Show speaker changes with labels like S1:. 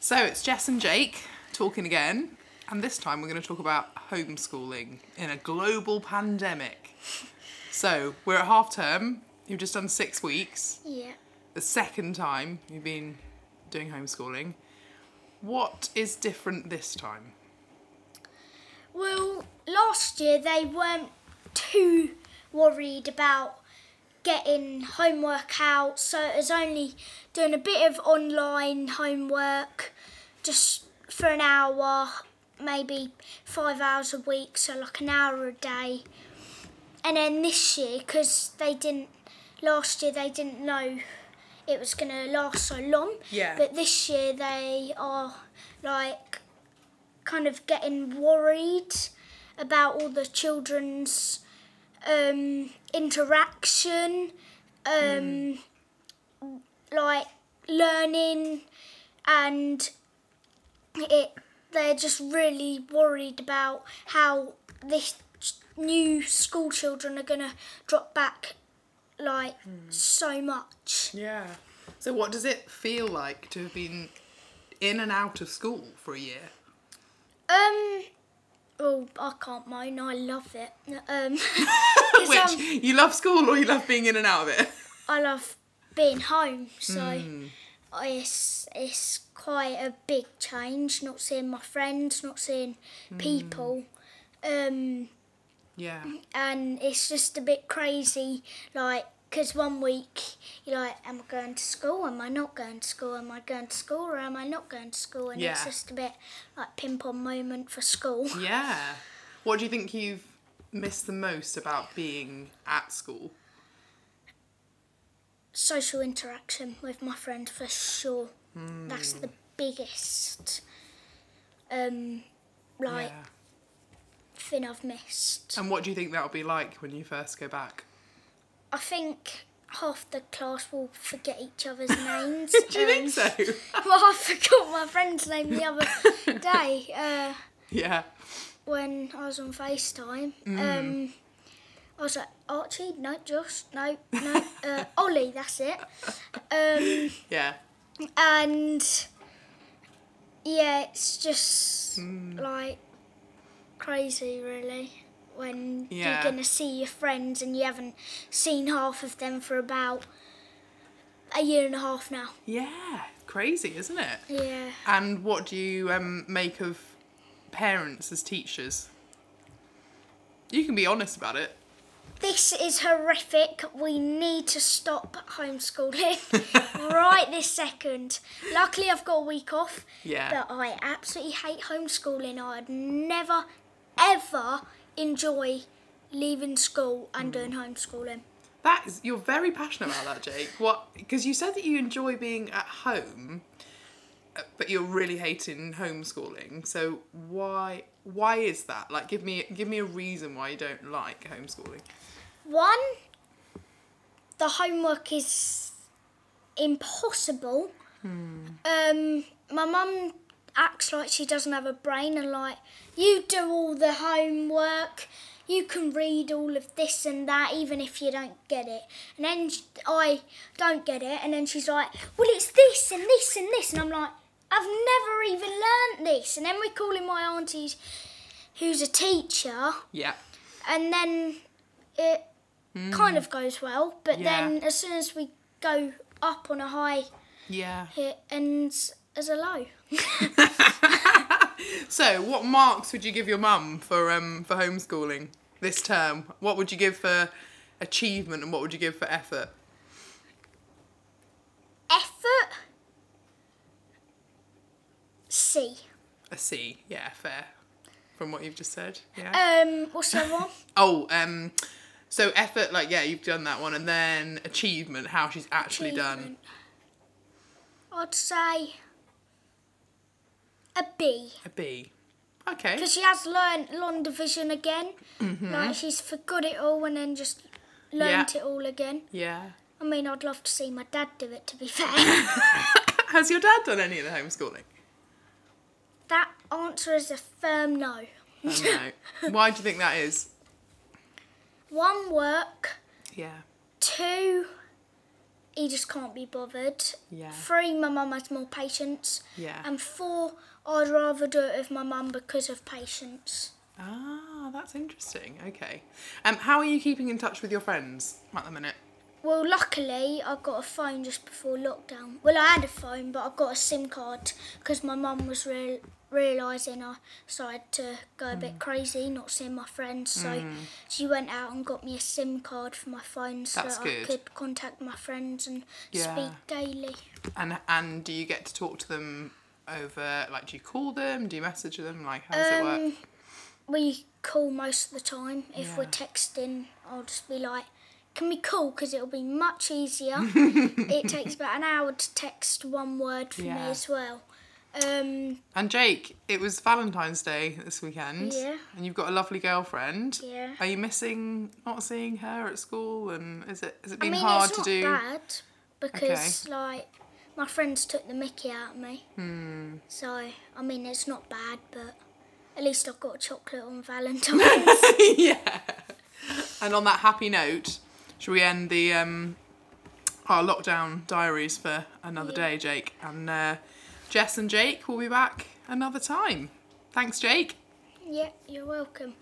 S1: So it's Jess and Jake talking again, and this time we're going to talk about homeschooling in a global pandemic. So we're at half term. You've just done six weeks,
S2: Yeah.
S1: the second time you've been doing homeschooling. What is different this time?
S2: Well, last year they weren't too worried about getting homework out, so it was only doing a bit of online homework just for an hour, maybe five hours a week, so like an hour a day. And then this year, because they didn't, last year they didn't know it was going to last so long.
S1: Yeah.
S2: But this year they are like kind of getting worried about all the children's um, interaction, um, like learning, and it. They're just really worried about how this ch- new school children are gonna drop back like so much.
S1: Yeah. So what does it feel like to have been in and out of school for a year?
S2: Um. Well, I can't moan. I love it. Um, 'cause,
S1: Which
S2: um,
S1: you love school or you love being in and out of it?
S2: I love being home, so it's it's quite a big change. Not seeing my friends, not seeing people, um,
S1: Yeah.
S2: and it's just a bit crazy. Like, cause one week you're like, am I going to school? Am I not going to school? Am I going to school or am I not going to school? And
S1: Yeah.
S2: it's just a bit like ping pong moment for school.
S1: Yeah. What do you think you've missed the most about being at school?
S2: social interaction with my friends for sure. That's the biggest um like
S1: Yeah.
S2: thing I've missed.
S1: And what do you think that'll be like when you first go back?
S2: I think half the class will forget each other's names. Um,
S1: Do you think so?
S2: Well, I forgot my friend's name the other day uh,
S1: yeah.
S2: when I was on FaceTime.
S1: Mm.
S2: Um, I was like, Archie, no, Josh, no, no, uh, Ollie, that's it. Um,
S1: Yeah.
S2: and yeah, it's just like crazy, really, when
S1: Yeah.
S2: you're gonna see your friends and you haven't seen half of them for about a year and a half now.
S1: Yeah. Crazy, isn't it?
S2: Yeah,
S1: And what do you um, make of parents as teachers? You can be honest about it.
S2: this is horrific. We need to stop homeschooling right this second. Luckily, I've got a week off.
S1: Yeah.
S2: But I absolutely hate homeschooling. I'd never, ever enjoy leaving school and doing homeschooling.
S1: That is, you're very passionate about that, Jake. What? Because you said that you enjoy being at home, uh, but you're really hating homeschooling. So why? Why is that? Like, give me give me a reason why you don't like homeschooling.
S2: One, the homework is impossible. Um, my mum acts like she doesn't have a brain and like you do all the homework. You can read all of this and that, even if you don't get it. And then sh- I don't get it, and then she's like, "Well, it's this and this and this," and I'm like, "I've never even learnt this." And then we're calling my auntie, who's a teacher,
S1: Yeah.
S2: and then it kind of goes well. But
S1: Hmm. Yeah.
S2: then as soon as we go up on a high,
S1: Yeah.
S2: it ends as a low.
S1: So, what marks would you give your mum for um for homeschooling this term? What would you give for achievement and what would you give for effort?
S2: Effort C.
S1: A C. Yeah, fair. From what you've just said. Yeah.
S2: Um, what's the other one?
S1: Oh, um, so effort, like yeah, you've done that one, and then achievement, how she's actually done.
S2: Achievement. I'd say a B
S1: A B. Okay.
S2: because she has learned long division again. Like she's forgot it all and then just learnt
S1: Mm-hmm. Yeah.
S2: it all again.
S1: Yeah.
S2: I mean, I'd love to see my dad do it. To be fair.
S1: Has your dad done any of the homeschooling?
S2: That answer is a firm no.
S1: Oh, no. Why do you think that is?
S2: One work,
S1: Yeah.
S2: two he just can't be bothered.
S1: Yeah.
S2: Three, my mum has more patience.
S1: Yeah.
S2: And four, I'd rather do it with my mum because of patience.
S1: Ah, that's interesting. Okay. Um, how are you keeping in touch with your friends at the minute?
S2: Well, luckily, I got a phone just before lockdown. Well, I had a phone, but I got a SIM card because my mum was real realising I started to go a
S1: Hmm.
S2: bit crazy, not seeing my friends. So she went out and got me a SIM card for my phone so
S1: That's
S2: that I
S1: good.
S2: could contact my friends and
S1: Yeah.
S2: speak daily.
S1: And and do you get to talk to them over? Like, do you call them? Do you message them? Like, how does it work?
S2: we call most of the time. If we're
S1: Yeah.
S2: texting, I'll just be like, can we call? Because it'll be much easier. it takes about an hour to text one word for me
S1: Yeah.
S2: as well. Um,
S1: And Jake, it was Valentine's Day this weekend.
S2: Yeah.
S1: And you've got a lovely girlfriend.
S2: Yeah.
S1: Are you missing not seeing her at school? And is it has it
S2: I
S1: been
S2: mean,
S1: hard
S2: it's
S1: to
S2: not
S1: do?
S2: bad because, like, my friends took the mickey out of me.
S1: Hmm.
S2: So, I mean, it's not bad, but at least I've got chocolate on Valentine's.
S1: yeah. And on that happy note, shall we end the um, our lockdown diaries for another day, Jake? And uh, Jess and Jake will be back another time. Thanks, Jake.
S2: yeah, you're welcome.